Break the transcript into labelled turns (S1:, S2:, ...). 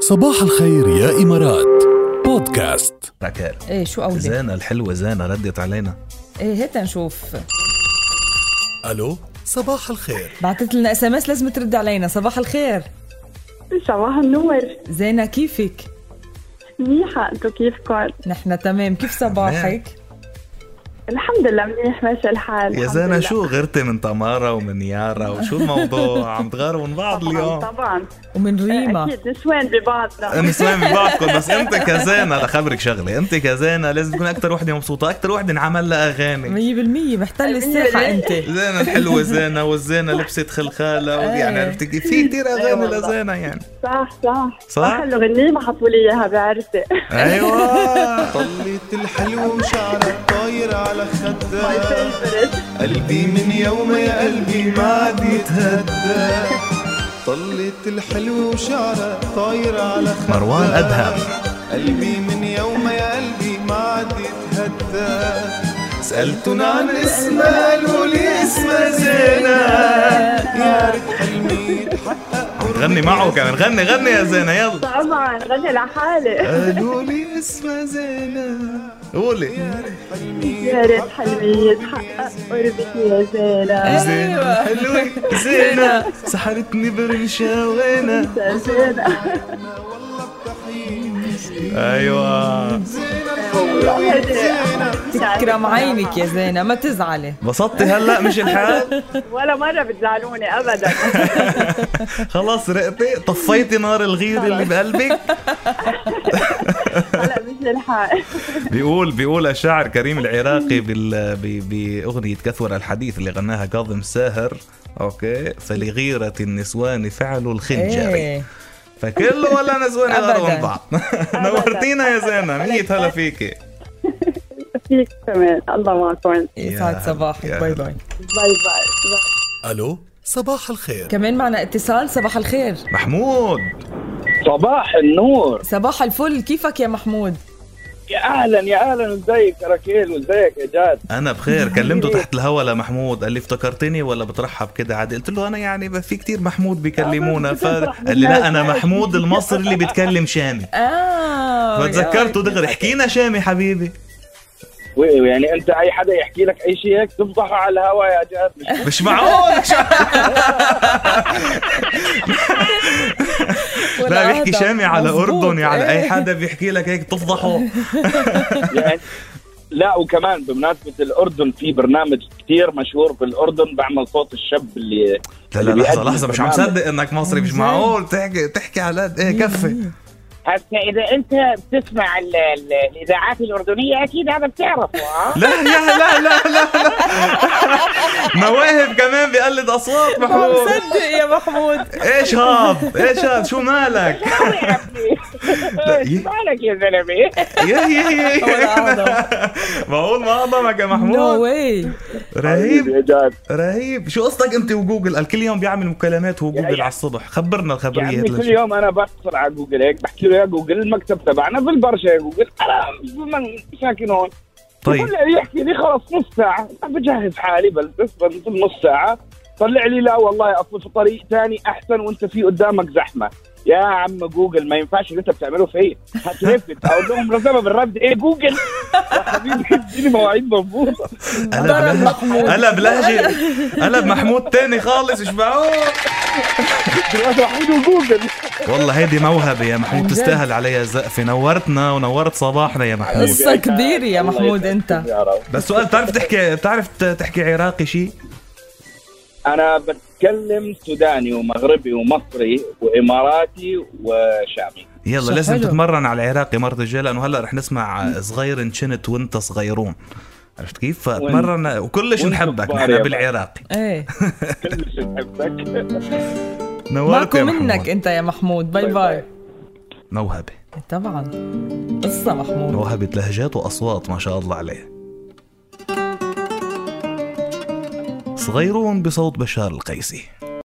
S1: صباح الخير يا إمارات بودكاست
S2: عكار
S3: إيه
S4: ايه شو قولك؟
S2: زانا الحلوة زانا ردت علينا
S4: ايه هات نشوف
S1: ألو صباح الخير
S4: بعثت لنا اس ام اس لازم ترد علينا صباح الخير
S3: صباح النور
S4: زينة كيفك؟
S3: منيحة انتو كيفكم؟
S4: نحن تمام كيف صباحك؟
S3: الحمد لله منيح ماشي الحال
S2: يا
S3: الحمد
S2: زانا
S3: لله.
S2: شو غرتي من تمارا ومن يارا وشو الموضوع عم تغاروا من بعض
S3: طبعا
S2: اليوم
S3: طبعا
S4: ومن ريما
S3: اكيد نسوان ببعضنا
S2: نسوان من بعضكم بس انت كزانا لخبرك شغله انت كزانا لازم تكون اكثر وحده مبسوطه اكثر وحده انعمل لها اغاني
S4: 100% محتل الساحة انت
S2: زانا الحلوه زانا والزانا لبست خلخاله يعني
S4: إيه.
S2: عرفت كيف؟ في كثير اغاني
S3: والله.
S2: لزانا يعني
S3: صح صح
S2: صح؟
S3: احلى غنية ما حطوا لي اياها بعرسي
S2: ايوه
S5: طلت الحلو وشعرك طاير على
S3: ماي
S5: خدك
S3: فيفرت
S5: قلبي من يوم يا قلبي ما عاد يتهدى طلت الحلو وشعرك طاير على خدك
S2: مروان أدهم.
S5: قلبي من يوم يا قلبي ما عاد يتهدى سألتن عن اسمها قالوا لي اسمها زينب يا ريت حلمي يتحقق
S2: غني معه كمان غني غني يا زانا يلا
S3: طبعا غني لحالي
S2: قالوا لي اسمها زانا قولي
S3: يا ريت حلمي يتحقق قربك يا زينة
S2: زينة
S4: أيوة.
S2: حلوة زينة سحرتني برمشة وأنا
S3: يا زينة
S5: والله بتحييني
S2: أيوة
S4: تكرم عينك يا زينة ما تزعلي
S2: انبسطتي هلا مش الحال
S3: ولا مرة بتزعلوني ابدا
S2: خلاص رقتي طفيتي نار الغيرة اللي بقلبك
S3: هلا مش الحال
S2: بيقول بيقول الشاعر كريم العراقي بال ب- بأغنية كثر الحديث اللي غناها كاظم ساهر أوكي فلغيرة النسوان فعل الخنجري
S4: ايه
S2: فكل ولا نسوان غيروا من
S4: أبداً.
S2: بعض نورتينا يا زينة مية هلا فيكي
S3: فيك كمان الله معكم
S4: يسعد إيه، صباحك
S2: يا
S4: باي
S2: هلا.
S4: باي
S3: باي باي باي.
S1: ألو صباح الخير
S4: كمان معنا اتصال صباح الخير
S2: محمود
S6: صباح النور
S4: صباح الفل كيفك يا محمود؟
S6: يا اهلا يا اهلا ازيك يا راكيل وازيك يا جاد
S2: انا بخير كلمته تحت الهوا لمحمود قال لي افتكرتني ولا بترحب كده عادي قلت له انا يعني ب- في كتير محمود بيكلمونا ف قال لي لا انا محمود المصري اللي بيتكلم شامي
S4: اه
S2: فتذكرته دغري حكينا شامي حبيبي
S6: يعني انت اي حدا يحكي لك اي شيء هيك تفضحه على الهواء يا جاد مش-
S2: مش معقول مش معقول.
S4: ولا
S2: لا بيحكي
S4: أهدى.
S2: شامي على
S4: مزبوط.
S2: اردني على
S4: آه، إيه.
S2: اي حدا بيحكي لك هيك تفضحه
S6: يعني لا وكمان بمناسبه الاردن في برنامج كثير مشهور بالاردن بعمل صوت الشاب اللي
S2: لا لا
S6: اللي
S2: لحظه
S6: بيقدم
S2: لحظه مش عم
S6: برنامج.
S2: صدق انك مصري مش معقول تحكي تحكي على ايه كفي
S7: هسه اذا انت بتسمع ال- ال- الاذاعات الاردنيه اكيد هذا بتعرفه ها
S2: لا يا لا لا لا, لا. مواهب كمان بيقلد اصوات
S4: عم
S2: محمود
S4: صدق يا محمود
S2: ايش هاب ايش هاب شو مالك لا، ي-
S7: إيش مالك يا زلمه
S2: يا يا
S4: ولا
S2: يا
S4: أهدى.
S2: معقول ما اقدمك يا
S4: نو
S2: محمود
S4: واي
S2: رهيب
S6: يا جاد
S2: رهيب شو قصدك انت وجوجل قال كل يوم بيعمل مكالمات هو جوجل
S6: يا-
S2: على الصبح خبرنا
S6: يا
S2: الخبريه
S6: عمي
S2: هاد
S6: يعني كل
S2: الشيء.
S6: يوم انا بحصل على جوجل هيك بحكي له يا جوجل المكتب تبعنا بالبرشا يا جوجل انا من- ساكن هون
S2: طيب
S6: طلع لي يحكي لي خلص نص ساعة بجهز حالي بلبس بنزل نص ساعة طلع لي لا والله أصل في طريق ثاني أحسن وأنت في قدامك زحمة يا عم جوجل ما ينفعش اللي أنت بتعمله فيا هترفد أقول لهم رزمة بالرفد إيه جوجل يا حبيبي اديني مواعيد مضبوطة
S2: قلب
S4: ضرب
S2: لهجه
S4: محمود.
S2: قلب لهجه قلب محمود تاني خالص مش معقول
S6: دلوقتي محمود وجوجل
S2: والله هيدي موهبة يا محمود
S4: عن جد.
S2: تستاهل عليها الزقفة نورتنا ونورت صباحنا يا محمود
S4: قصة كبيرة يا
S6: الله
S4: محمود أنت.
S6: يسعدك يا رب.
S2: بس سؤال بتعرف تحكي بتعرف تحكي عراقي شيء
S6: أنا بتكلم سوداني ومغربي ومصري وإماراتي وشامي
S2: يلا
S4: شو
S2: لازم
S4: حلو.
S2: تتمرن على العراقي مرة الجاية لأنه هلا رح نسمع صغير انشنت وانت صغيرون عرفت كيف؟ فاتمرن وكلش
S6: وانت
S2: نحبك
S6: كبار
S2: نحن
S6: يا
S2: بالعراقي
S4: ايه
S6: كلش بحبك
S2: نورت
S4: ماكو
S2: يا محمود
S4: منك انت يا محمود باي
S6: باي
S4: باي
S2: موهبة
S4: طبعا قصة محمود
S2: موهبة لهجات وأصوات ما شاء الله عليه صغيرون بصوت بشار القيسي